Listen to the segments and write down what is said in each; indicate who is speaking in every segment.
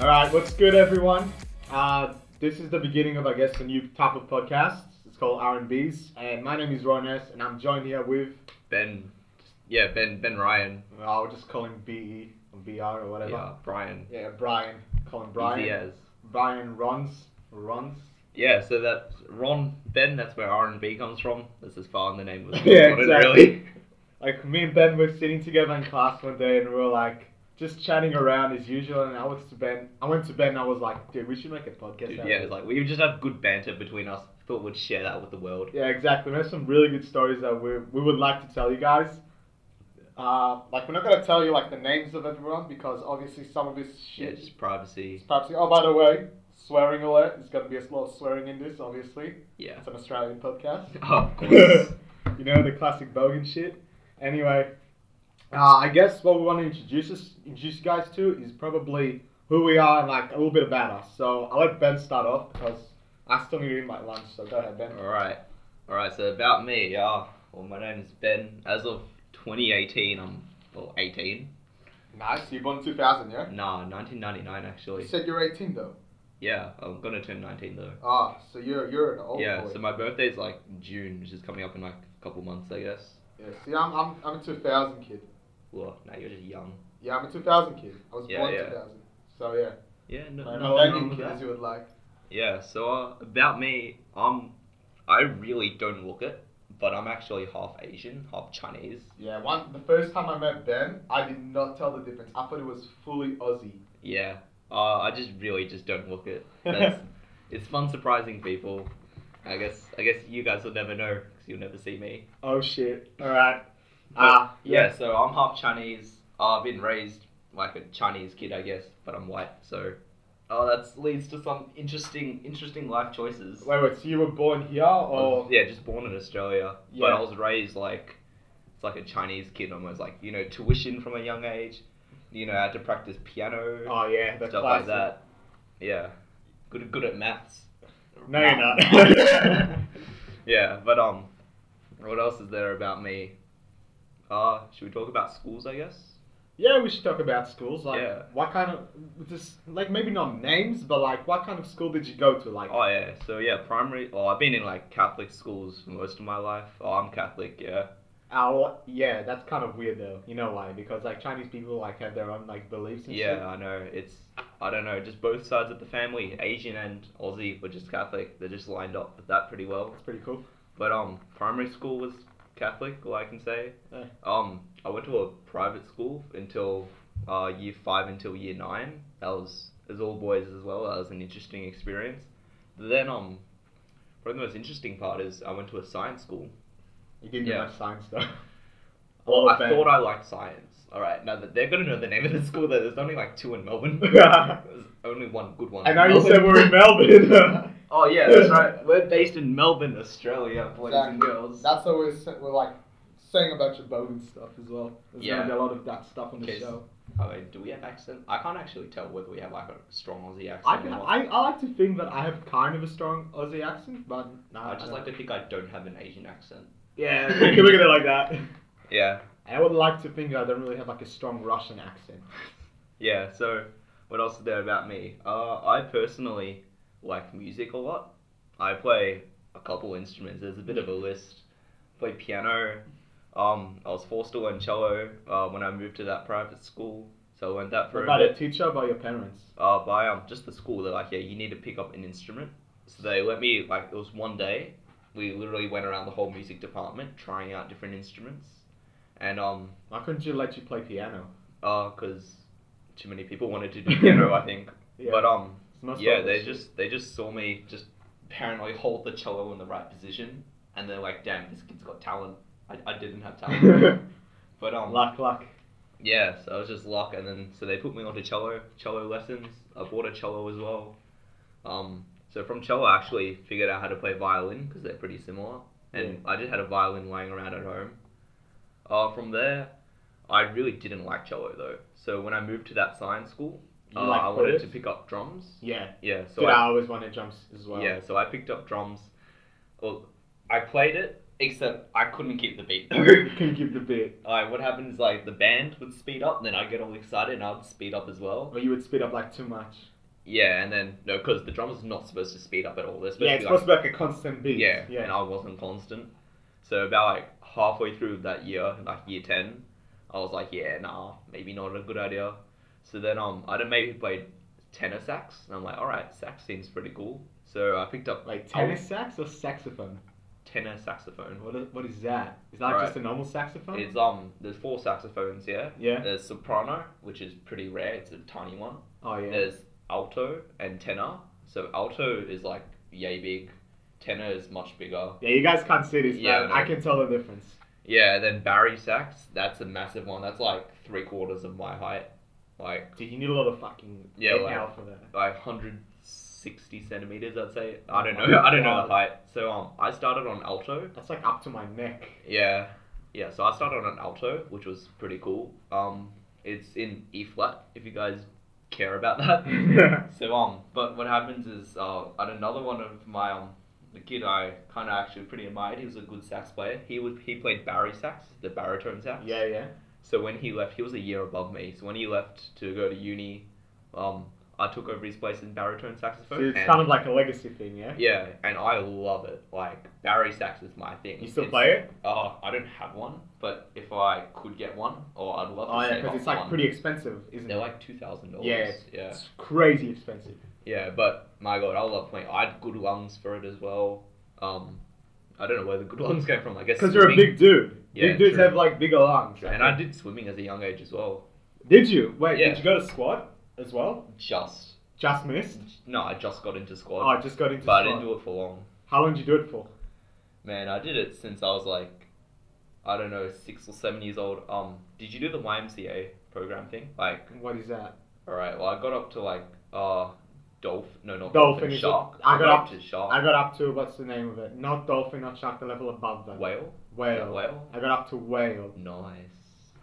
Speaker 1: All right, what's good, everyone? Uh, this is the beginning of, I guess, a new type of podcast. It's called R and B's, and my name is Ron S, and I'm joined here with
Speaker 2: Ben, yeah, Ben, Ben Ryan,
Speaker 1: I'll just call him BE or BR or whatever.
Speaker 2: yeah, E Brian,
Speaker 1: Yeah, Brian. Call him Brian.
Speaker 2: easy as.
Speaker 1: Brian Rons. Rons.
Speaker 2: Yeah, so that's Ron, Ben. That's where R and B comes from. That's as far in the name as
Speaker 1: Yeah,
Speaker 2: got it,
Speaker 1: exactly.
Speaker 2: Really.
Speaker 1: Like me and Ben were sitting together in class one day, and we were like just chatting around as usual. And I was to Ben. I went to Ben. and I was like, dude, we should make a podcast.
Speaker 2: Dude,
Speaker 1: out of
Speaker 2: yeah,
Speaker 1: this."
Speaker 2: it's like we just have good banter between us. Thought we'd share that with the world.
Speaker 1: Yeah, exactly. We have some really good stories that we, we would like to tell you guys. Uh, like we're not gonna tell you like the names of everyone because obviously some of this
Speaker 2: Yeah,
Speaker 1: shit
Speaker 2: just privacy.
Speaker 1: is perhaps. Oh, by the way, swearing alert. There's gonna be a lot of swearing in this, obviously.
Speaker 2: Yeah.
Speaker 1: It's an Australian podcast.
Speaker 2: Oh, of course.
Speaker 1: you know the classic bogan shit. Anyway, uh, I guess what we want to introduce us, introduce you guys to is probably who we are and like a little bit about us. So I'll let Ben start off because I still need to eat my lunch. So go ahead, Ben.
Speaker 2: All right, all right. So about me, yeah. Well, my name is Ben. As of 2018, I'm well 18.
Speaker 1: Nice. You born 2000, yeah?
Speaker 2: Nah, 1999 actually.
Speaker 1: You said you're 18 though.
Speaker 2: Yeah, I'm gonna turn 19 though.
Speaker 1: Ah, so you're you're an old
Speaker 2: yeah,
Speaker 1: boy.
Speaker 2: so my birthday's like June, which is coming up in like a couple months, I guess.
Speaker 1: yeah. See, I'm I'm I'm a 2000 kid.
Speaker 2: Well, now you're just young.
Speaker 1: Yeah, I'm a 2000 kid. I was
Speaker 2: Yeah,
Speaker 1: born
Speaker 2: yeah.
Speaker 1: 2000. So yeah.
Speaker 2: Yeah, no,
Speaker 1: Like,
Speaker 2: no,
Speaker 1: a
Speaker 2: I'm
Speaker 1: millennium
Speaker 2: wrong with
Speaker 1: kid, as
Speaker 2: that.
Speaker 1: you would like.
Speaker 2: Yeah, so uh, about me, I'm, I really don't look it, but I'm actually half Asian, half Chinese.
Speaker 1: Yeah, one the first time I met Ben, I did not tell the difference. I thought it was fully Aussie.
Speaker 2: Yeah, uh, I just really just don't look it. That's, it's fun surprising people. I guess I guess you guys will never know because you'll never see me.
Speaker 1: Oh shit! All right.
Speaker 2: But,
Speaker 1: Ah,
Speaker 2: yeah, so I'm half Chinese. I've been raised like a Chinese kid, I guess, but I'm white, so oh, that leads to some interesting, interesting life choices.
Speaker 1: Wait, wait. So you were born here,
Speaker 2: I was-
Speaker 1: or
Speaker 2: yeah, just born in Australia, but
Speaker 1: oh. Yeah.
Speaker 2: I was raised like it's like a Chinese kid almost, like you know, tuition from a young age. You know, I had to practice piano,
Speaker 1: oh yeah, the
Speaker 2: stuff
Speaker 1: classic.
Speaker 2: like that. Yeah, good, good at maths.
Speaker 1: No, you're
Speaker 2: Math-
Speaker 1: not.
Speaker 2: yeah, but um, what else is there about me? Uh, should we talk about schools? I guess.
Speaker 1: Yeah, we should talk about schools. Like,
Speaker 2: Yeah.
Speaker 1: what kind of just like maybe not names, but like what kind of school did you go to? Like,
Speaker 2: Oh yeah, so yeah, primary. Oh, I've been in like Catholic schools for most of my life. Oh, I'm Catholic. Yeah.
Speaker 1: our yeah, that's kind of weird though. You know why? Because like Chinese people like have their own like beliefs and shit.
Speaker 2: Yeah, I know. It's I don't know, just both sides of the family, Asian and Aussie, were just Catholic. They just lined up with that pretty well.
Speaker 1: That's pretty cool.
Speaker 2: But um, primary school was Catholic, all I can say.
Speaker 1: Yeah.
Speaker 2: Um, I went to a private school until uh, year five until year nine. That was as all boys as well. That was an interesting experience. Then um, probably the most interesting part is I went to a science school.
Speaker 1: You didn't
Speaker 2: Yeah.
Speaker 1: do much science though.
Speaker 2: Well,
Speaker 1: Oh,
Speaker 2: I
Speaker 1: Ben.
Speaker 2: thought I liked science. All right, now that they're gonna know the name of the school, though, there's only like two in Melbourne. there's only one good one.
Speaker 1: I
Speaker 2: in
Speaker 1: know you
Speaker 2: Melbourne.
Speaker 1: said we're in Melbourne.
Speaker 2: Oh yeah, that's right. We're based in Melbourne, Australia, boys and
Speaker 1: Exactly.
Speaker 2: girls.
Speaker 1: That's what we're, sa- we're like saying a bunch of bogan stuff as well. There's
Speaker 2: Yeah.
Speaker 1: gonna be a lot of that stuff on the
Speaker 2: Okay,
Speaker 1: show.
Speaker 2: I mean, Oh, do we have accent? I can't actually tell whether we have like a strong Aussie accent.
Speaker 1: I,
Speaker 2: or not.
Speaker 1: I, I like to think that I have kind of a strong Aussie accent, but nah,
Speaker 2: I just like to think I don't have an Asian accent.
Speaker 1: yeah, we can look at it like that.
Speaker 2: Yeah,
Speaker 1: I would like to think I don't really have like a strong Russian accent.
Speaker 2: yeah. So, what else is there about me? Uh, I personally like music a lot. I play a couple instruments. There's a bit of a list. Play piano. Um, I was forced to learn cello uh, when I moved to that private school, so I learned that for
Speaker 1: What
Speaker 2: a
Speaker 1: about
Speaker 2: bit.
Speaker 1: a teacher, by your parents.
Speaker 2: uh, by um, just the school. They're like, yeah, you need to pick up an instrument. So they let me like it was one day. We literally went around the whole music department trying out different instruments, and um,
Speaker 1: Why couldn't you let you play piano?
Speaker 2: uh 'cause too many people wanted to do piano, I think.
Speaker 1: Yeah.
Speaker 2: But um,
Speaker 1: It's most
Speaker 2: yeah,
Speaker 1: probably
Speaker 2: they
Speaker 1: shit.
Speaker 2: just they just saw me just apparently hold the cello in the right position, and they're like, damn, this kid's got talent. I, I didn't have talent, but um,
Speaker 1: luck, luck.
Speaker 2: yeah, so I was just luck, and then so they put me onto cello cello lessons. I bought a cello as well. Um, so from cello, I actually figured out how to play violin because they're pretty similar, and I just had a violin lying around at home. Uh, from there, I really didn't like cello though. So when I moved to that science school,
Speaker 1: You
Speaker 2: uh,
Speaker 1: like
Speaker 2: I wanted
Speaker 1: chorus?
Speaker 2: to pick up drums.
Speaker 1: Yeah.
Speaker 2: Yeah, so
Speaker 1: Dude,
Speaker 2: I
Speaker 1: I always wanted drums as well.
Speaker 2: yeah, so I picked up drums. Well, I played it, Except I couldn't keep the beat.
Speaker 1: Can give the bit.
Speaker 2: Alright, what happens is like the band would speed up, and then I'd get all excited and I'd speed up as well.
Speaker 1: Or you would speed up like too much.
Speaker 2: Yeah, and then no, because the drummer's not supposed to speed up at all. They're supposed
Speaker 1: yeah,
Speaker 2: to
Speaker 1: it's supposed
Speaker 2: be
Speaker 1: to be like a constant beat.
Speaker 2: like, yeah,
Speaker 1: yeah.
Speaker 2: and I wasn't constant. So about like halfway through that year, like year ten, I was like, yeah, nah, maybe not a good idea. So then um, I don't maybe played tenor sax, and I'm like, all right, sax seems pretty cool. So I picked up
Speaker 1: Like tennis sax or saxophone?
Speaker 2: tenor saxophone.
Speaker 1: What is, what is that? Is that
Speaker 2: Right.
Speaker 1: just a normal saxophone?
Speaker 2: It's um, there's four saxophones, yeah.
Speaker 1: Yeah.
Speaker 2: There's soprano, which is pretty rare. It's a tiny one.
Speaker 1: oh yeah.
Speaker 2: There's alto and tenor. So alto is like yay big, tenor is much bigger.
Speaker 1: Yeah, you guys can't see this,
Speaker 2: Yeah,
Speaker 1: man.
Speaker 2: no.
Speaker 1: I can tell the difference.
Speaker 2: Yeah, then Barry sax. That's a massive one. That's like three quarters of my height, like
Speaker 1: Dude, you need a lot of fucking
Speaker 2: Yeah,
Speaker 1: inhale
Speaker 2: like-
Speaker 1: for that.
Speaker 2: like hundred sixty centimeters. I'd say. I don't
Speaker 1: Oh
Speaker 2: know.
Speaker 1: my
Speaker 2: I don't know
Speaker 1: God.
Speaker 2: the height. So um, I started on alto.
Speaker 1: That's like up to my neck.
Speaker 2: Yeah, yeah. So I started on an alto, which was pretty cool. Um, it's in E flat. If you guys care about that. So um, but what happens is uh, at another one of my um, the kid I kind of actually pretty admired. He was a good sax player. He would he played Barry sax, the baritone sax.
Speaker 1: yeah, yeah.
Speaker 2: So when he left, he was a year above me. So when he left to go to uni, um, I took over his place in baritone
Speaker 1: So
Speaker 2: saxophone.
Speaker 1: it's
Speaker 2: and-
Speaker 1: kind of like a legacy thing, yeah?
Speaker 2: yeah, and I love it. Like Barry sax is my thing.
Speaker 1: You still
Speaker 2: It's-
Speaker 1: play it?
Speaker 2: Oh, I don't have one, but if I could get one, or I'd love to.
Speaker 1: Oh yeah,
Speaker 2: save
Speaker 1: because
Speaker 2: up
Speaker 1: it's like
Speaker 2: one.
Speaker 1: pretty expensive, isn't
Speaker 2: They're
Speaker 1: it?
Speaker 2: like two thousand dollars.
Speaker 1: Yeah,
Speaker 2: yeah.
Speaker 1: It's crazy expensive.
Speaker 2: Yeah, but my god, I love playing. I had good lungs for it as well. Um, I don't know where the good lungs came from. I guess
Speaker 1: Because you're a
Speaker 2: swimming.
Speaker 1: big dude.
Speaker 2: Yeah,
Speaker 1: big dudes
Speaker 2: true.
Speaker 1: have like bigger lungs.
Speaker 2: And I did swimming as a young age as well.
Speaker 1: Did you? Wait,
Speaker 2: Yeah.
Speaker 1: did you go to squat as well?
Speaker 2: Just
Speaker 1: Just missed?
Speaker 2: no, I just got into
Speaker 1: Oh,
Speaker 2: squad,
Speaker 1: I just got into
Speaker 2: but I
Speaker 1: squat.
Speaker 2: didn't do it for long.
Speaker 1: How long did you do it for?
Speaker 2: Man, I did it since I was like, I don't know, six or seven years old. Um, did you do the YMCA program thing? Like,
Speaker 1: What is that?
Speaker 2: all right, well, I got up to like uh, dolphin. No, not
Speaker 1: Dolphin
Speaker 2: dolphin.
Speaker 1: is-
Speaker 2: shark.
Speaker 1: I got up-
Speaker 2: to shark.
Speaker 1: I got up to what's the name of it? Not dolphin, not shark, the level above that.
Speaker 2: whale.
Speaker 1: Whale.
Speaker 2: Whale.
Speaker 1: I got up to whale.
Speaker 2: Nice.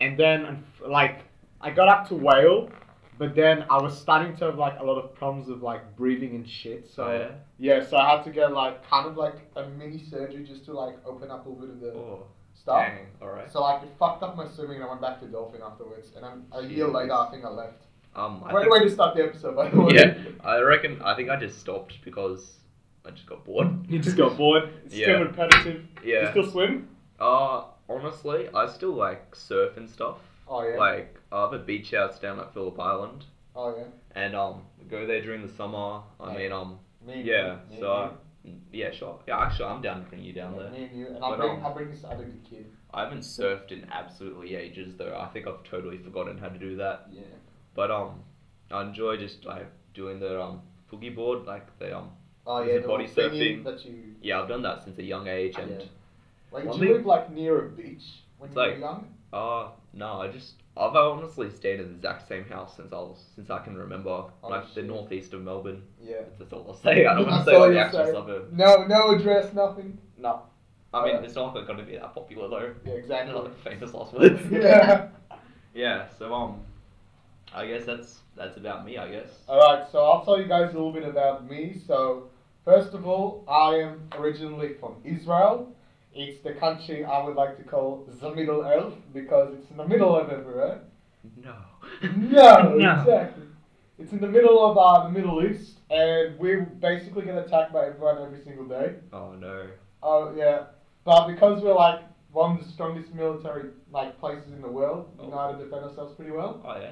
Speaker 1: And then, unf- like, I got up to whale, but then I was starting to have, like, a lot of problems with, like, breathing and shit. So,
Speaker 2: Oh, yeah?
Speaker 1: so I had to get, like, kind of like a mini surgery just to, like, open up a little bit of the
Speaker 2: Oh,
Speaker 1: stuff.
Speaker 2: dang. All right.
Speaker 1: So, like, it fucked up my swimming and I went back to dolphin afterwards. And I'm, a year
Speaker 2: Jeez.
Speaker 1: later, I think I left.
Speaker 2: Um, I
Speaker 1: Way,
Speaker 2: think-
Speaker 1: way to start the episode, by the way.
Speaker 2: yeah, I reckon. I think I just stopped because I just got bored.
Speaker 1: You just got bored. It's
Speaker 2: Yeah.
Speaker 1: still repetitive. You
Speaker 2: Yeah.
Speaker 1: still swim?
Speaker 2: Uh, honestly, I still like surf and stuff.
Speaker 1: Oh, yeah.
Speaker 2: Like, I have a beach house down at Phillip Island,
Speaker 1: Oh, yeah.
Speaker 2: and um, go there during the summer. I
Speaker 1: Like,
Speaker 2: mean, um,
Speaker 1: Me and
Speaker 2: yeah.
Speaker 1: you, me
Speaker 2: So, I,
Speaker 1: and
Speaker 2: yeah, sure. Yeah, actually, I'm down to bring you down
Speaker 1: you,
Speaker 2: there.
Speaker 1: me and you, and I'll
Speaker 2: But,
Speaker 1: bring,
Speaker 2: um,
Speaker 1: I'll bring this other good kid.
Speaker 2: I haven't surfed in absolutely ages, though. I think I've totally forgotten how to do that.
Speaker 1: Yeah.
Speaker 2: But um, I enjoy just like doing the um boogie board, like the um.
Speaker 1: Oh
Speaker 2: Is
Speaker 1: yeah,
Speaker 2: it
Speaker 1: the
Speaker 2: body
Speaker 1: little thingy
Speaker 2: surfing?
Speaker 1: That you
Speaker 2: Yeah, I've done that since a young age, and.
Speaker 1: Yeah. like.
Speaker 2: One
Speaker 1: do you
Speaker 2: thing-
Speaker 1: live like near a beach when
Speaker 2: It's
Speaker 1: you were
Speaker 2: like-
Speaker 1: young?
Speaker 2: Uh, no, I just I've honestly stayed in the exact same house since I was since I can remember,
Speaker 1: Oh,
Speaker 2: like
Speaker 1: shit.
Speaker 2: the northeast of Melbourne.
Speaker 1: Yeah.
Speaker 2: That's all I'll say. I don't want
Speaker 1: That's
Speaker 2: to say
Speaker 1: all
Speaker 2: like the
Speaker 1: you
Speaker 2: actual
Speaker 1: say.
Speaker 2: suburb.
Speaker 1: No, no address, nothing.
Speaker 2: No, I mean
Speaker 1: Alright.
Speaker 2: it's not going to be that popular though.
Speaker 1: Yeah,
Speaker 2: And
Speaker 1: exactly.
Speaker 2: like famous last words.
Speaker 1: yeah.
Speaker 2: yeah. So um, I guess that's that's about me. I guess.
Speaker 1: All right, so I'll tell you guys a little bit about me. So first of all, I am originally from Israel. It's the country I would like to call the Middle Earth because it's in the middle of everywhere.
Speaker 2: No.
Speaker 1: No, exactly. It's in the middle of uh, the Middle East, and we basically get attacked by everyone every single day.
Speaker 2: Oh no.
Speaker 1: Oh yeah, but because we're like one of the strongest military like places in the world, we know how to defend ourselves pretty well.
Speaker 2: Oh yeah.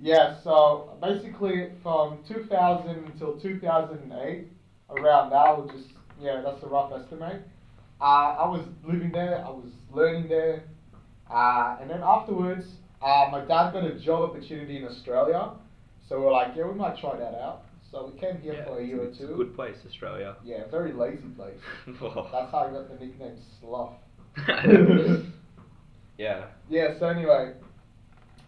Speaker 1: Yeah, so basically from 2000 until 2008, around that, we'll just yeah, that's a rough estimate. Uh, I was living there, I was learning there, uh, and then afterwards, uh, my dad got a job opportunity in Australia, so we're like, yeah, we might try that out. So we came here
Speaker 2: yeah,
Speaker 1: for a
Speaker 2: it's
Speaker 1: year
Speaker 2: it's
Speaker 1: or
Speaker 2: a
Speaker 1: two.
Speaker 2: good place, Australia.
Speaker 1: Yeah, very lazy place. That's how I got the nickname Slough.
Speaker 2: yeah.
Speaker 1: Yeah, so anyway,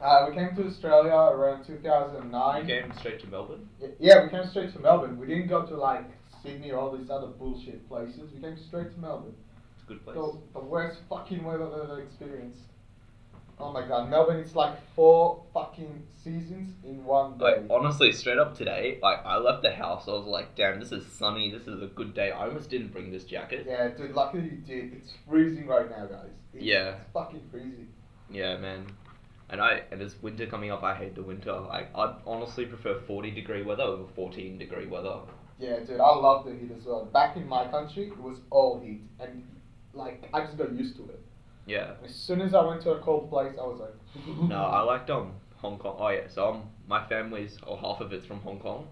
Speaker 1: uh, we came to Australia around 2009.
Speaker 2: You came straight to Melbourne.
Speaker 1: Y- Yeah, we came straight to Melbourne. We didn't go to like Sydney or all these other bullshit places. We came straight to Melbourne.
Speaker 2: It's a good place.
Speaker 1: The, the worst fucking weather I've ever experienced. Oh my god, Melbourne, it's like four fucking seasons in one day.
Speaker 2: Like honestly, straight up today, like I left the house, I was like, damn, this is sunny, this is a good day. I almost didn't bring this jacket.
Speaker 1: yeah, dude, luckily you did. It's freezing right now, guys. It's,
Speaker 2: Yeah.
Speaker 1: It's fucking freezing.
Speaker 2: Yeah, man. And I and it's winter coming up. I hate the winter. Like I'd honestly prefer forty degree weather over fourteen degree weather.
Speaker 1: Yeah, dude, I love the heat as well. Back in my country, it was all heat. And, like, I just got used to it.
Speaker 2: Yeah.
Speaker 1: As soon as I went to a cold place, I was like,
Speaker 2: No, I liked um Hong Kong. Oh yeah, so um my family's or half of it's from Hong Kong.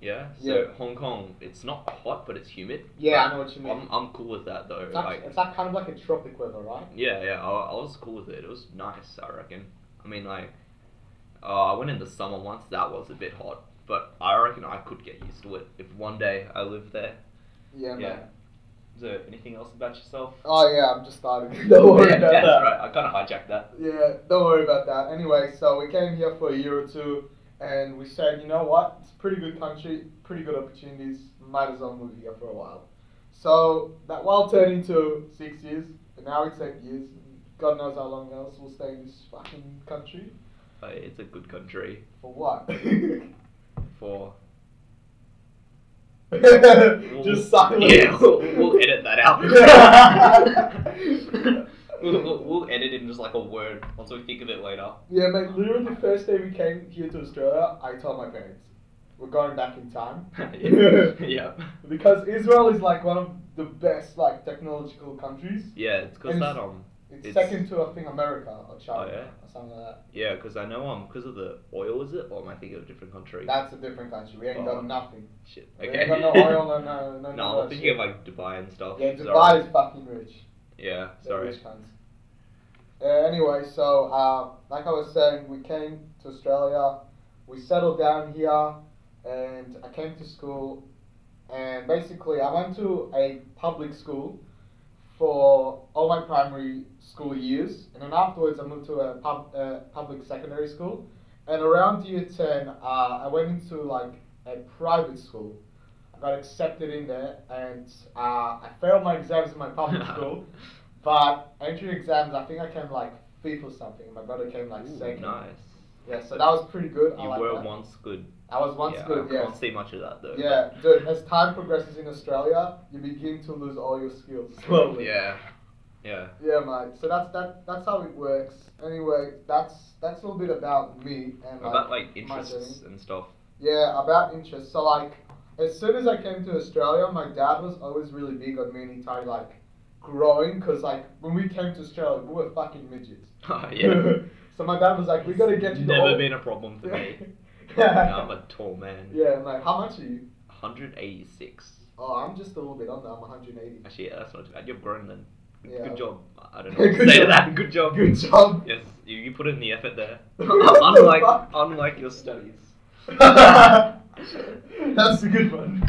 Speaker 2: Yeah. So
Speaker 1: Yeah.
Speaker 2: Hong Kong, it's not hot, but it's humid.
Speaker 1: Yeah, I know what you mean.
Speaker 2: I'm I'm cool with that though.
Speaker 1: It's like,
Speaker 2: Like
Speaker 1: it's like kind of like a tropic weather, right?
Speaker 2: Yeah, yeah, I, I was cool with it. It was nice, I reckon. I mean, like, uh, I went in the summer once. That was a bit hot, but I reckon I could get used to it if one day I lived there.
Speaker 1: Yeah,
Speaker 2: Yeah.
Speaker 1: man.
Speaker 2: Is there anything else about yourself?
Speaker 1: Oh, yeah, I'm just starting. don't worry
Speaker 2: yeah,
Speaker 1: about
Speaker 2: that's
Speaker 1: that.
Speaker 2: right. I kind of hijacked that.
Speaker 1: Yeah, don't worry about that. Anyway, so we came here for a year or two, and we said, you know what? It's a pretty good country, pretty good opportunities. Might as well move here for a while. So that while turned into six years, and now it's eight years. God knows how long else we'll stay in this fucking country
Speaker 2: Uh, it's a good country
Speaker 1: for what?
Speaker 2: for.
Speaker 1: Just silence.
Speaker 2: Yeah, we'll, we'll edit that out. we'll, we'll, we'll edit in just like a word once we think of it later.
Speaker 1: Yeah, mate. Literally, the first day we came here to Australia, I told my parents, "We're going back in time."
Speaker 2: yeah. yeah.
Speaker 1: Because Israel is like one of the best like technological countries.
Speaker 2: Yeah, it's because
Speaker 1: And
Speaker 2: that
Speaker 1: it's-
Speaker 2: um.
Speaker 1: It's,
Speaker 2: It's- Oh,
Speaker 1: second to I think America or China
Speaker 2: yeah?
Speaker 1: or something like that.
Speaker 2: Yeah, because I know um, because of the oil, is it? Or am I thinking of a different country?
Speaker 1: That's a different country. We ain't
Speaker 2: Oh.
Speaker 1: got nothing.
Speaker 2: Shit.
Speaker 1: We
Speaker 2: Okay.
Speaker 1: ain't got no oil, no no no.
Speaker 2: No,
Speaker 1: no
Speaker 2: I'm thinking
Speaker 1: shit.
Speaker 2: of like Dubai and stuff.
Speaker 1: yeah, Dubai
Speaker 2: Sorry.
Speaker 1: is fucking rich.
Speaker 2: Yeah,
Speaker 1: They're
Speaker 2: sorry.
Speaker 1: Rich cunts. Uh, anyway, so uh, like I was saying, we came to Australia, we settled down here, and I came to school, and basically I went to a public school for all my primary school years, and then afterwards I moved to a pub, uh, public secondary school, and around year ten uh, I went into like a private school. I got accepted in there, and uh, I failed my exams in my public school. But entry exams, I think I came like fifth or something. My brother came like
Speaker 2: Ooh,
Speaker 1: second.
Speaker 2: nice.
Speaker 1: Yeah, so that was pretty good. I
Speaker 2: You
Speaker 1: like
Speaker 2: were
Speaker 1: that.
Speaker 2: once good.
Speaker 1: I was once
Speaker 2: yeah,
Speaker 1: good.
Speaker 2: I
Speaker 1: Yeah.
Speaker 2: can't see much of that though.
Speaker 1: Yeah, dude. As time progresses in Australia, you begin to lose all your skills
Speaker 2: but-
Speaker 1: slowly.
Speaker 2: Yeah. Yeah.
Speaker 1: Yeah, mate. So that's that. That's how it works. Anyway, that's that's a little bit about me and like,
Speaker 2: About like
Speaker 1: my journey.
Speaker 2: interests and stuff.
Speaker 1: Yeah, about interest. So like, as soon as I came to Australia, my dad was always really big on me and he started like growing because like when we came to Australia, we were fucking midgets.
Speaker 2: Oh, yeah.
Speaker 1: so my dad was like, we gotta get you. the
Speaker 2: Never
Speaker 1: old-
Speaker 2: been a problem for me. no, I'm
Speaker 1: yeah.
Speaker 2: a tall man.
Speaker 1: Yeah, like how much are you?
Speaker 2: 186.
Speaker 1: Oh, I'm just a little bit under. I'm 180.
Speaker 2: Actually, yeah, that's not too bad. You're grown then. Good-
Speaker 1: Yeah.
Speaker 2: Good job. I I don't know. What to
Speaker 1: Good
Speaker 2: say to
Speaker 1: job.
Speaker 2: that. Good job.
Speaker 1: Good job.
Speaker 2: Yes, you, you put in the effort there.
Speaker 1: What the
Speaker 2: unlike
Speaker 1: fuck?
Speaker 2: unlike your studies.
Speaker 1: That's a good one.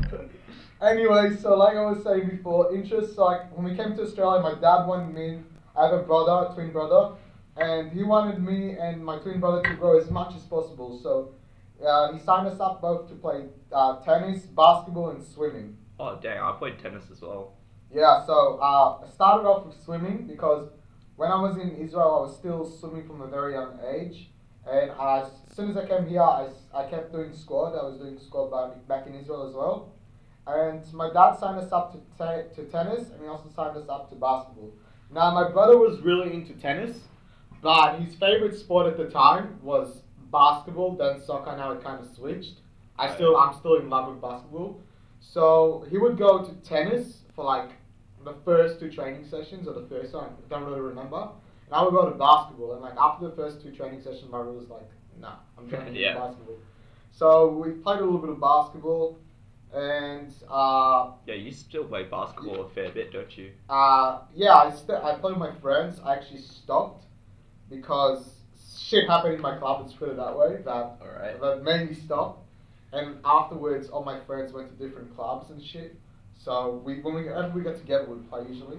Speaker 1: Anyway, so like I was saying before, interests like when we came to Australia, my dad wanted me. I have a brother, a twin brother, and he wanted me and my twin brother to grow as much as possible. So uh, he signed us up both to play uh, tennis, basketball, and swimming.
Speaker 2: Oh dang, I played tennis as well.
Speaker 1: Yeah, so uh, I started off with swimming because when I was in Israel, I was still swimming from a very young age. And as soon as I came here, I, s- I kept doing squad. I was doing squad back, back in Israel as well. And my dad signed us up to, te- to tennis and he also signed us up to basketball. Now, my brother was really into tennis, but his favorite sport at the time was basketball, then soccer. Now it kind of switched. I still, I'm still in love with basketball. So he would go to tennis for like the first two training sessions or the first one, I don't really remember. And I would go to basketball and like after the first two training sessions my brother was like, nah, I'm training
Speaker 2: Yeah.
Speaker 1: basketball. So we played a little bit of basketball and uh,
Speaker 2: Yeah, you still play basketball a fair bit, don't you?
Speaker 1: uh, yeah, I, st- I played with my friends. I actually stopped because shit happened in my club, let's put it that way, that,
Speaker 2: Alright.
Speaker 1: that made me stop. And afterwards, all my friends went to different clubs and shit. So we, when we, whenever we got together, we'd play usually,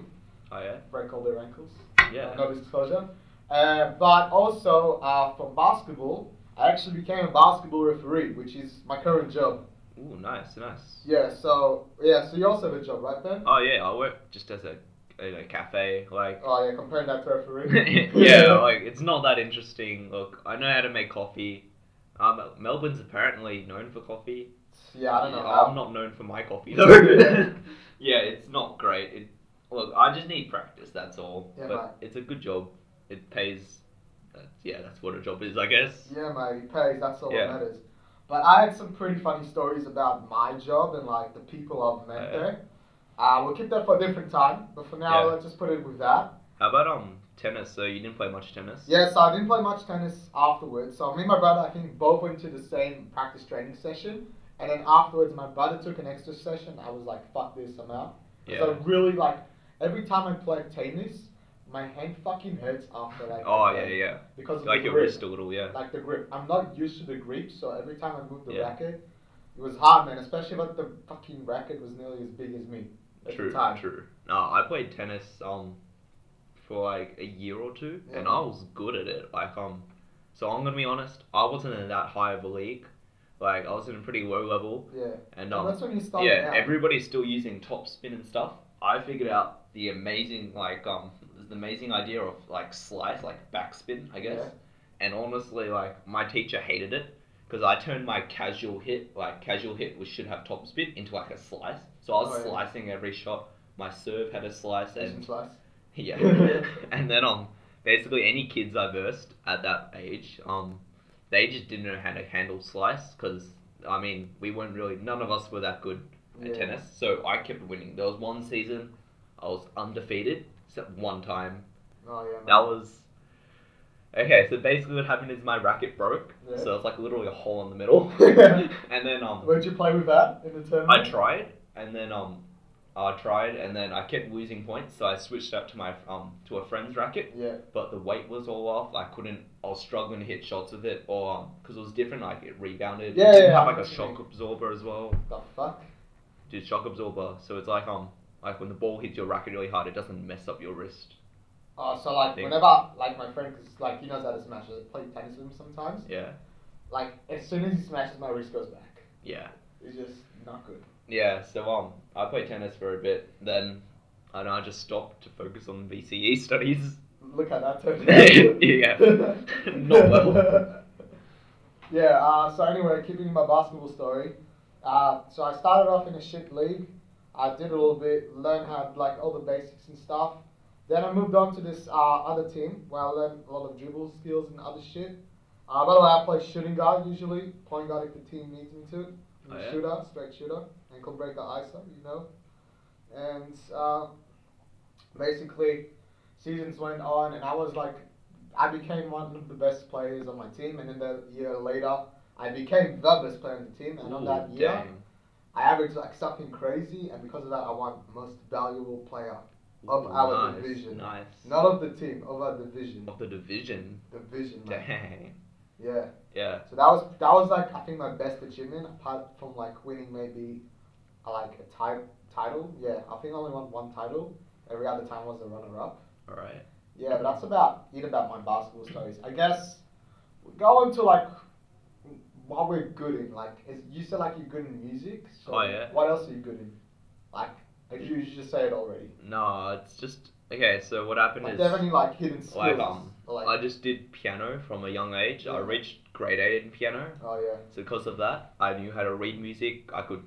Speaker 2: Oh yeah.
Speaker 1: break all their ankles.
Speaker 2: Yeah.
Speaker 1: No disclosure. Uh, but also, uh, from basketball, I actually became a basketball referee, which is my current job.
Speaker 2: Ooh, nice, nice.
Speaker 1: Yeah, so, yeah, so you also have a job, right, Ben?
Speaker 2: Oh yeah, I work just as a in a cafe. Like,
Speaker 1: Oh yeah, comparing that to referee.
Speaker 2: yeah, like it's not that interesting. Look, I know how to make coffee. Um, Melbourne's apparently known for coffee.
Speaker 1: yeah, I don't know.
Speaker 2: I'm
Speaker 1: how.
Speaker 2: not known for my coffee though. yeah, it's not great. It, look, I just need practice. That's all.
Speaker 1: Yeah,
Speaker 2: but
Speaker 1: mate.
Speaker 2: it's a good job. It pays. Uh, yeah, that's what a job is, I guess.
Speaker 1: Yeah, mate, he pays. That's all
Speaker 2: Yeah.
Speaker 1: that matters. But I had some pretty funny stories about my job and like the people I've met
Speaker 2: Yeah.
Speaker 1: there. Uh, we'll keep that for a different time. But for now,
Speaker 2: Yeah.
Speaker 1: let's just put it with that.
Speaker 2: How about um tennis? So you didn't play much tennis.
Speaker 1: Yeah, so I didn't play much tennis afterwards. So me and my brother, I think, both went to the same practice training session. And then afterwards, my brother took an extra session. I was like, fuck this, I'm out. 'Cause I
Speaker 2: Yeah.
Speaker 1: really like, every time I play tennis, my hand fucking hurts after like. um,
Speaker 2: Oh
Speaker 1: the
Speaker 2: yeah,
Speaker 1: game
Speaker 2: yeah.
Speaker 1: Because of
Speaker 2: Like
Speaker 1: the
Speaker 2: your
Speaker 1: grip.
Speaker 2: wrist a little, yeah.
Speaker 1: Like the grip. I'm not used to the grip, so every time I moved the
Speaker 2: Yeah.
Speaker 1: racket, it was hard, man. Especially when the fucking racket was nearly as big as me at
Speaker 2: True,
Speaker 1: the time.
Speaker 2: true. No, I played tennis um for like a year or two, and
Speaker 1: Yeah.
Speaker 2: I was good at it. Like um, so I'm gonna be honest, I wasn't in that high of a league. Like I was in a pretty low level,
Speaker 1: Yeah.
Speaker 2: and
Speaker 1: And
Speaker 2: um,
Speaker 1: that's when you started
Speaker 2: yeah,
Speaker 1: out.
Speaker 2: everybody's still using top spin and stuff. I figured out the amazing like um the amazing idea of like slice, like backspin, I guess.
Speaker 1: Yeah.
Speaker 2: And honestly, like my teacher hated it. Because I turned my casual hit, like casual hit, which should have top spin, into like a slice. So I was
Speaker 1: Oh, yeah.
Speaker 2: slicing every shot. My serve had a slice,
Speaker 1: Asian
Speaker 2: and
Speaker 1: slice.
Speaker 2: yeah, and then um, basically any kids I versed at that age, um, they just didn't know how to handle slice. Because I mean, we weren't really none of us were that good at
Speaker 1: Yeah.
Speaker 2: tennis. So I kept winning. There was one season I was undefeated, except one time.
Speaker 1: Oh, yeah.
Speaker 2: That was. Okay, so basically what happened is my racket broke.
Speaker 1: Yeah.
Speaker 2: So it's like literally a hole in the middle.
Speaker 1: man.
Speaker 2: and then um
Speaker 1: Where'd you play with that in the tournament?
Speaker 2: I tried and then um I tried and then I kept losing points, so I switched up to my um to a friend's racket,
Speaker 1: Yeah,
Speaker 2: but the weight was all off. I couldn't. I was struggling to hit shots with it, or because it was different, like it rebounded.
Speaker 1: Yeah,
Speaker 2: it didn't
Speaker 1: yeah,
Speaker 2: have
Speaker 1: I
Speaker 2: like a
Speaker 1: know what you
Speaker 2: shock absorber as well.
Speaker 1: the fuck?
Speaker 2: Dude, shock absorber. So it's like um like when the ball hits your racket really hard, it doesn't mess up your wrist.
Speaker 1: Oh, so like
Speaker 2: Thing.
Speaker 1: whenever like my friend, cause like he knows how to smash. I play tennis with him sometimes.
Speaker 2: Yeah,
Speaker 1: Like as soon as he smashes, my wrist goes back.
Speaker 2: yeah,
Speaker 1: It's just not good.
Speaker 2: yeah. So um I played tennis for a bit, then I know I just stopped to focus on VCE studies.
Speaker 1: Look at that turned out.
Speaker 2: yeah, not well.
Speaker 1: yeah. Uh, so anyway, keeping my basketball story. Uh, so I started off in a shit league. I did a little bit, learned how like all the basics and stuff. Then I moved on to this uh, other team where I learned a lot of dribble skills and other shit. Uh, by the way, I play shooting guard usually, point guard if the team needs me to. I'm
Speaker 2: Oh,
Speaker 1: a
Speaker 2: yeah?
Speaker 1: shooter, straight shooter, ankle breaker, ISO, you know. And uh, basically, seasons went on, and I was like, I became one of the best players on my team. And then the year later, I became the best player on the team. And on
Speaker 2: Ooh,
Speaker 1: that year,
Speaker 2: dang.
Speaker 1: I averaged like something crazy, and because of that, I won most valuable player of our
Speaker 2: nice,
Speaker 1: division,
Speaker 2: Nice.
Speaker 1: not of the team, of our division,
Speaker 2: Of the division.
Speaker 1: division. man.
Speaker 2: Dang.
Speaker 1: Yeah.
Speaker 2: Yeah.
Speaker 1: So that was that was like I think my best achievement apart from like winning maybe uh, like a ti- title. Yeah, I think I only won one title. Every other time I was a runner up.
Speaker 2: All right.
Speaker 1: Yeah, but that's about it about my basketball stories. I guess we go into like what we're good in. Like is, you said, like you're good in music. So
Speaker 2: Oh, yeah.
Speaker 1: What else are you good in? Like if you, you just say it already.
Speaker 2: No, it's just okay. So what happened
Speaker 1: Like,
Speaker 2: is
Speaker 1: do you have any like hidden skills?
Speaker 2: like um,
Speaker 1: Like-
Speaker 2: I just did piano from a young age. I
Speaker 1: Yeah.
Speaker 2: reached grade eight in piano.
Speaker 1: oh yeah.
Speaker 2: So because of that, I knew how to read music. I could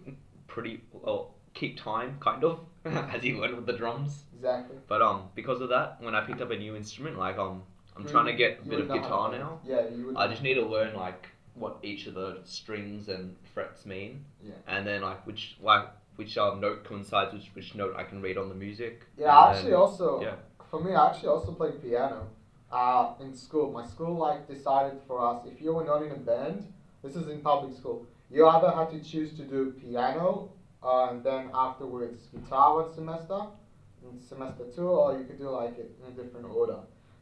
Speaker 2: pretty well keep time, kind of,
Speaker 1: Uh-huh.
Speaker 2: as you learn with the drums.
Speaker 1: Exactly.
Speaker 2: But um, because of that, when I picked up a new instrument, like um, I'm
Speaker 1: Mm-hmm.
Speaker 2: trying to get a
Speaker 1: You
Speaker 2: bit of
Speaker 1: would know how
Speaker 2: guitar
Speaker 1: to-
Speaker 2: now.
Speaker 1: Yeah, you would.
Speaker 2: I just need to learn like what each of the strings and frets mean.
Speaker 1: Yeah.
Speaker 2: And then like which like which uh, note coincides with which note I can read on the music.
Speaker 1: Yeah, I
Speaker 2: And
Speaker 1: actually
Speaker 2: then-
Speaker 1: also
Speaker 2: yeah.
Speaker 1: for me I actually also played piano. Uh, in school. My school like decided for us if you were not in a band, this is in public school, you either had to choose to do piano uh, and then afterwards guitar one semester, in semester two, or you could do like it in a different order.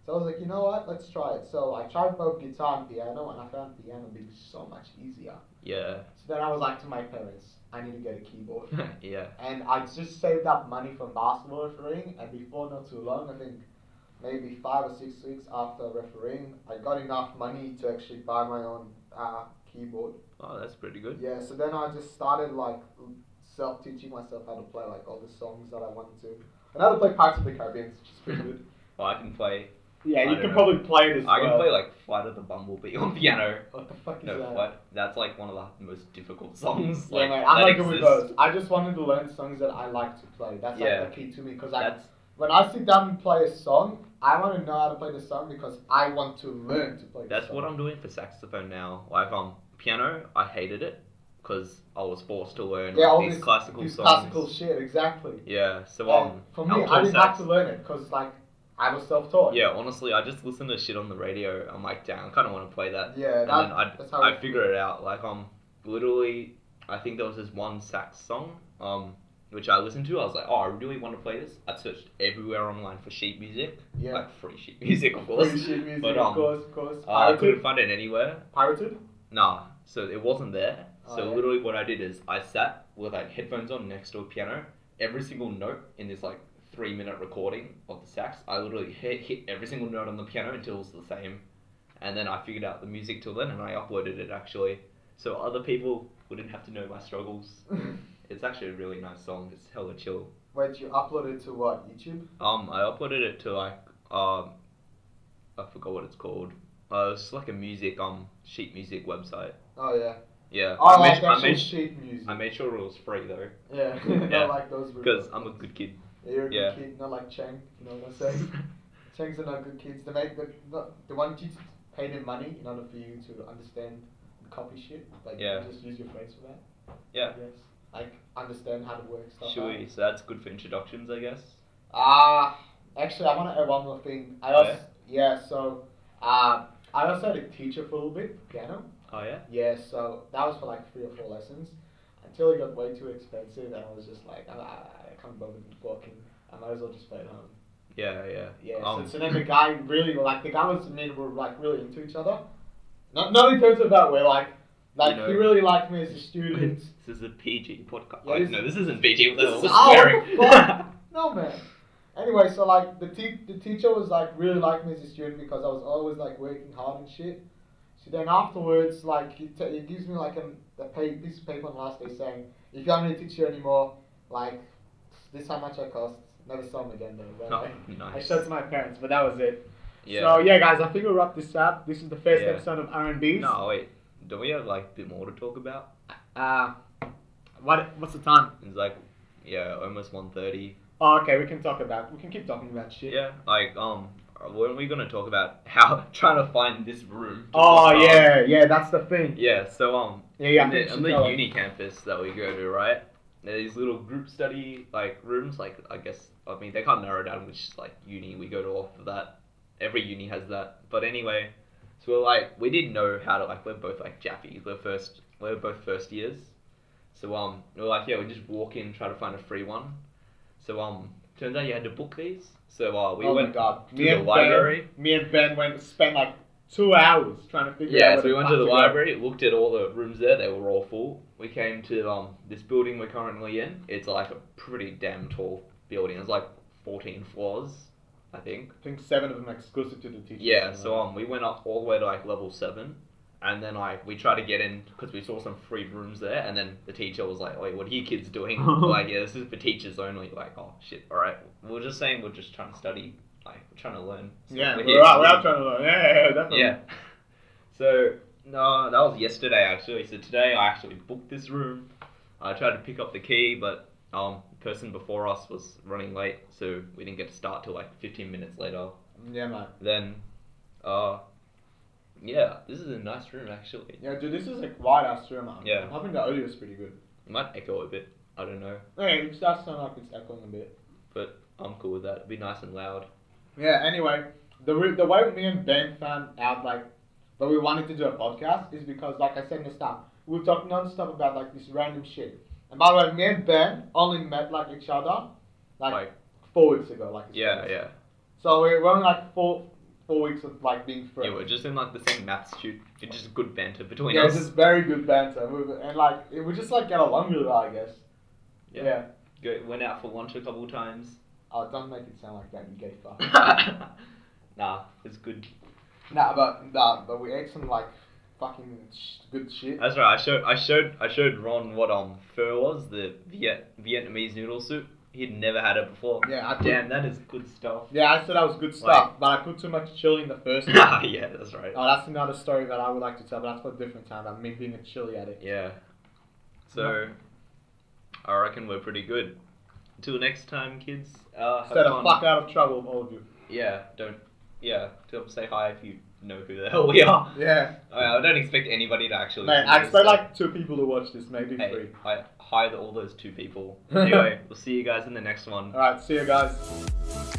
Speaker 1: So I was like, you know what, let's try it. So I tried both guitar and piano and I found piano being so much easier.
Speaker 2: Yeah.
Speaker 1: So then I was like to my parents, I need to get a keyboard.
Speaker 2: yeah.
Speaker 1: And I just saved up money from basketball refereeing, and before not too long, I think maybe five or six weeks after refereeing, I got enough money to actually buy my own uh, keyboard.
Speaker 2: Oh, that's pretty good.
Speaker 1: Yeah, so then I just started like self teaching myself how to play like all the songs that I wanted to. And I had to play Pirates of the Caribbean, which is pretty good.
Speaker 2: Well, I can play. I
Speaker 1: Yeah, you
Speaker 2: don't
Speaker 1: can
Speaker 2: know.
Speaker 1: probably play it as
Speaker 2: I
Speaker 1: well.
Speaker 2: can play like Flight of the Bumblebee on piano.
Speaker 1: What the fuck is
Speaker 2: No,
Speaker 1: that?
Speaker 2: Flight. That's like one of the most difficult songs.
Speaker 1: Yeah,
Speaker 2: Like,
Speaker 1: mate, I'm
Speaker 2: that
Speaker 1: not good with
Speaker 2: exists.
Speaker 1: those. I just wanted to learn songs that I like to play. That's
Speaker 2: Yeah.
Speaker 1: like the key to me because I,
Speaker 2: That's
Speaker 1: when I sit down and play a song, I want to know how to play the song because I want to learn to play. the
Speaker 2: that's
Speaker 1: song.
Speaker 2: what I'm doing for saxophone now. Like um, piano, I hated it because I was forced to learn
Speaker 1: Yeah, all
Speaker 2: like, these
Speaker 1: this-
Speaker 2: classical
Speaker 1: These
Speaker 2: songs.
Speaker 1: classical shit, exactly.
Speaker 2: Yeah. So
Speaker 1: Like,
Speaker 2: um,
Speaker 1: for me,
Speaker 2: alto
Speaker 1: I didn't have
Speaker 2: sax-
Speaker 1: to learn it because like I was self-taught.
Speaker 2: Yeah, honestly, I just listen to shit on the radio. I'm like, damn, I kind of want to play that.
Speaker 1: yeah.
Speaker 2: And
Speaker 1: That,
Speaker 2: then I
Speaker 1: that's how.
Speaker 2: I figure it out. Like um, literally, I think there was this one sax song um, which I listened to. I was like, oh, I really want to play this. I searched everywhere online for sheet music,
Speaker 1: yeah.
Speaker 2: like free sheet music, of course.
Speaker 1: Free shit music,
Speaker 2: But,
Speaker 1: of
Speaker 2: um,
Speaker 1: course, of course.
Speaker 2: Uh, I
Speaker 1: Pirated.
Speaker 2: couldn't find it anywhere.
Speaker 1: Pirated.
Speaker 2: Nah, so it wasn't there.
Speaker 1: Oh,
Speaker 2: so
Speaker 1: yeah.
Speaker 2: literally, what I did is I sat with like headphones on next to a piano. Every single note in this like three minute recording of the sax, I literally hit, hit every single note on the piano until it was the same, and then I figured out the music till then, and I uploaded it actually, so other people wouldn't have to know my struggles. It's actually a really nice song. It's hella chill.
Speaker 1: Wait, you uploaded to what? YouTube?
Speaker 2: Um, I uploaded it to like um, I forgot what it's called. Uh, it's like a music um sheet music website.
Speaker 1: Oh yeah.
Speaker 2: Yeah.
Speaker 1: Oh,
Speaker 2: I
Speaker 1: like
Speaker 2: made- I
Speaker 1: actual
Speaker 2: made-
Speaker 1: sheet music.
Speaker 2: I made sure it was free though,
Speaker 1: yeah.
Speaker 2: Yeah.
Speaker 1: Not like those.
Speaker 2: because
Speaker 1: videos.
Speaker 2: I'm a good kid.
Speaker 1: You're a
Speaker 2: Yeah.
Speaker 1: good kid, not like Cheng. You know what I'm saying? Cheng's are not good kids. They make the the, the ones you pay them money in order for you to understand and copy shit. Like
Speaker 2: Yeah.
Speaker 1: you just use your brains for that.
Speaker 2: Yeah.
Speaker 1: Yes. Like understand how to work stuff.
Speaker 2: Should
Speaker 1: out.
Speaker 2: we? So that's good for introductions, I guess.
Speaker 1: Ah, actually, I want to add one more thing. I
Speaker 2: Oh,
Speaker 1: also yeah. So, uh, I also had a teacher for a little bit piano.
Speaker 2: Oh yeah.
Speaker 1: Yeah. So that was for like three or four lessons until it got way too expensive, and I was just like, I, I, I can't bother walking. I might as well just play at home.
Speaker 2: Yeah, yeah.
Speaker 1: Yeah.
Speaker 2: Um,
Speaker 1: so, so then the guy really like the guy was me were like really into each other. Not not in terms of that way like like
Speaker 2: You know.
Speaker 1: he really liked me as a student.
Speaker 2: this is a PG podcast.
Speaker 1: Yeah,
Speaker 2: Oh,
Speaker 1: this-
Speaker 2: no, this isn't PG.
Speaker 1: this
Speaker 2: This
Speaker 1: is-
Speaker 2: is
Speaker 1: oh,
Speaker 2: swearing.
Speaker 1: what the fuck? no man. Anyway, so like the te- the teacher was like really liked me as a student because I was always like working hard and shit. So then afterwards, like he, t- he gives me like an, a pay- piece of paper on the last day saying, if you aren't a teacher anymore, like this is how much I cost. Never saw him again though.
Speaker 2: Oh,
Speaker 1: but- I
Speaker 2: nice.
Speaker 1: showed to my parents, but that was it.
Speaker 2: Yeah.
Speaker 1: So yeah, guys, I think we'll wrap this up. This is the first
Speaker 2: Yeah.
Speaker 1: episode of R and B's.
Speaker 2: No, wait. Do we have like a bit more to talk about?
Speaker 1: Uh, what what's the time?
Speaker 2: It's like, yeah, almost one thirty.
Speaker 1: Oh, okay, we can talk about. We can keep talking about shit.
Speaker 2: Yeah. Like, um, weren't we gonna talk about how trying to find this room? to
Speaker 1: Oh
Speaker 2: podcast?
Speaker 1: yeah, yeah, that's the thing.
Speaker 2: Yeah. So um,
Speaker 1: Yeah, yeah. I
Speaker 2: on
Speaker 1: think we
Speaker 2: the,
Speaker 1: should
Speaker 2: on the
Speaker 1: go.
Speaker 2: uni campus that we go to, right? There are these little group study like rooms, like I guess I mean they can't narrow down which like uni we go to off of that. Every uni has that. But anyway, so we're like we didn't know how to like we're both like Jaffies. We're first we're both first years. So um we're like, yeah, we just walk in, try to find a free one. So um turns out you had to book these. So uh we
Speaker 1: oh
Speaker 2: went
Speaker 1: my god,
Speaker 2: to
Speaker 1: me
Speaker 2: the
Speaker 1: and
Speaker 2: library.
Speaker 1: Ben, me and Ben went spent like two hours trying to figure out.
Speaker 2: Yeah,
Speaker 1: where
Speaker 2: so we went to
Speaker 1: fuck
Speaker 2: the
Speaker 1: go.
Speaker 2: library, looked at all the rooms there, they were all full. We came to um, this building we're currently in. It's like a pretty damn tall building. It's like 14 floors, I think.
Speaker 1: I think seven of them exclusive to the teacher.
Speaker 2: Yeah, so um, we went up all the way to like level 7. And then like we tried to get in because we saw some free rooms there, and then the teacher was like, "Wait, what are you kids doing?" We're like, yeah, this is for teachers only. Like, oh shit, all right. We're just saying we're just trying to study, like we're trying to learn. So
Speaker 1: yeah,
Speaker 2: we're
Speaker 1: we're,
Speaker 2: here to
Speaker 1: out, we're
Speaker 2: learn.
Speaker 1: out trying to learn. Yeah, yeah, yeah, definitely.
Speaker 2: Yeah. So no, that was yesterday actually. So today I actually booked this room. I tried to pick up the key, but um, the person before us was running late, so we didn't get to start till like 15 minutes later.
Speaker 1: yeah, man.
Speaker 2: Then, uh, yeah, this is a nice room actually.
Speaker 1: Yeah, dude, this is like wide ass room. man.
Speaker 2: Yeah.
Speaker 1: I'm hoping the audio is pretty good.
Speaker 2: It might echo a bit. I don't know.
Speaker 1: Hey, it does sound like it's echoing a bit.
Speaker 2: I'm cool with that. It'd be nice and loud.
Speaker 1: Yeah. Anyway, the re- the way me and Ben found out like that we wanted to do a podcast is because like I said in the start, we were talking non-stop about like this random shit. And by the way, me and Ben only met like each other like,
Speaker 2: Like-
Speaker 1: four weeks ago. Like it's
Speaker 2: Yeah,
Speaker 1: friends.
Speaker 2: yeah.
Speaker 1: So we were only like four four weeks of like being friends.
Speaker 2: Yeah, we're just in like the same maths shoot. It's just good banter between
Speaker 1: yeah,
Speaker 2: us.
Speaker 1: it's just very good banter, we were, and like it, we just like get along really well, I guess.
Speaker 2: Yeah. Go, went out for lunch a couple times.
Speaker 1: Oh, don't make it sound like that, you gay fuck.
Speaker 2: nah, it's good.
Speaker 1: nah, but nah, but we ate some like fucking sh- good shit.
Speaker 2: That's right. I showed I showed I showed Ron what um pho was the Viet Vietnamese noodle soup. he'd never had it before.
Speaker 1: Yeah, I put,
Speaker 2: Damn, that is good stuff.
Speaker 1: yeah, I said that was good stuff, but I put too much chili in the first one.
Speaker 2: Ah, yeah, that's right.
Speaker 1: Oh, that's another story that I would like to tell, but that's for a different time. About me being a chili addict.
Speaker 2: Yeah. So, I reckon we're pretty good. Until next time, kids. Uh, have
Speaker 1: Stay the
Speaker 2: fun.
Speaker 1: fuck out of trouble, all of you.
Speaker 2: Yeah, don't. Yeah, don't say hi if you know who the hell we are.
Speaker 1: Yeah,
Speaker 2: I, I don't expect anybody to actually.
Speaker 1: man,
Speaker 2: listen to
Speaker 1: I
Speaker 2: this
Speaker 1: expect
Speaker 2: stuff.
Speaker 1: like two people to watch this, maybe
Speaker 2: Hey,
Speaker 1: three.
Speaker 2: hi, hi to all those two people. Anyway, we'll see you guys in the next one.
Speaker 1: All right, see you guys.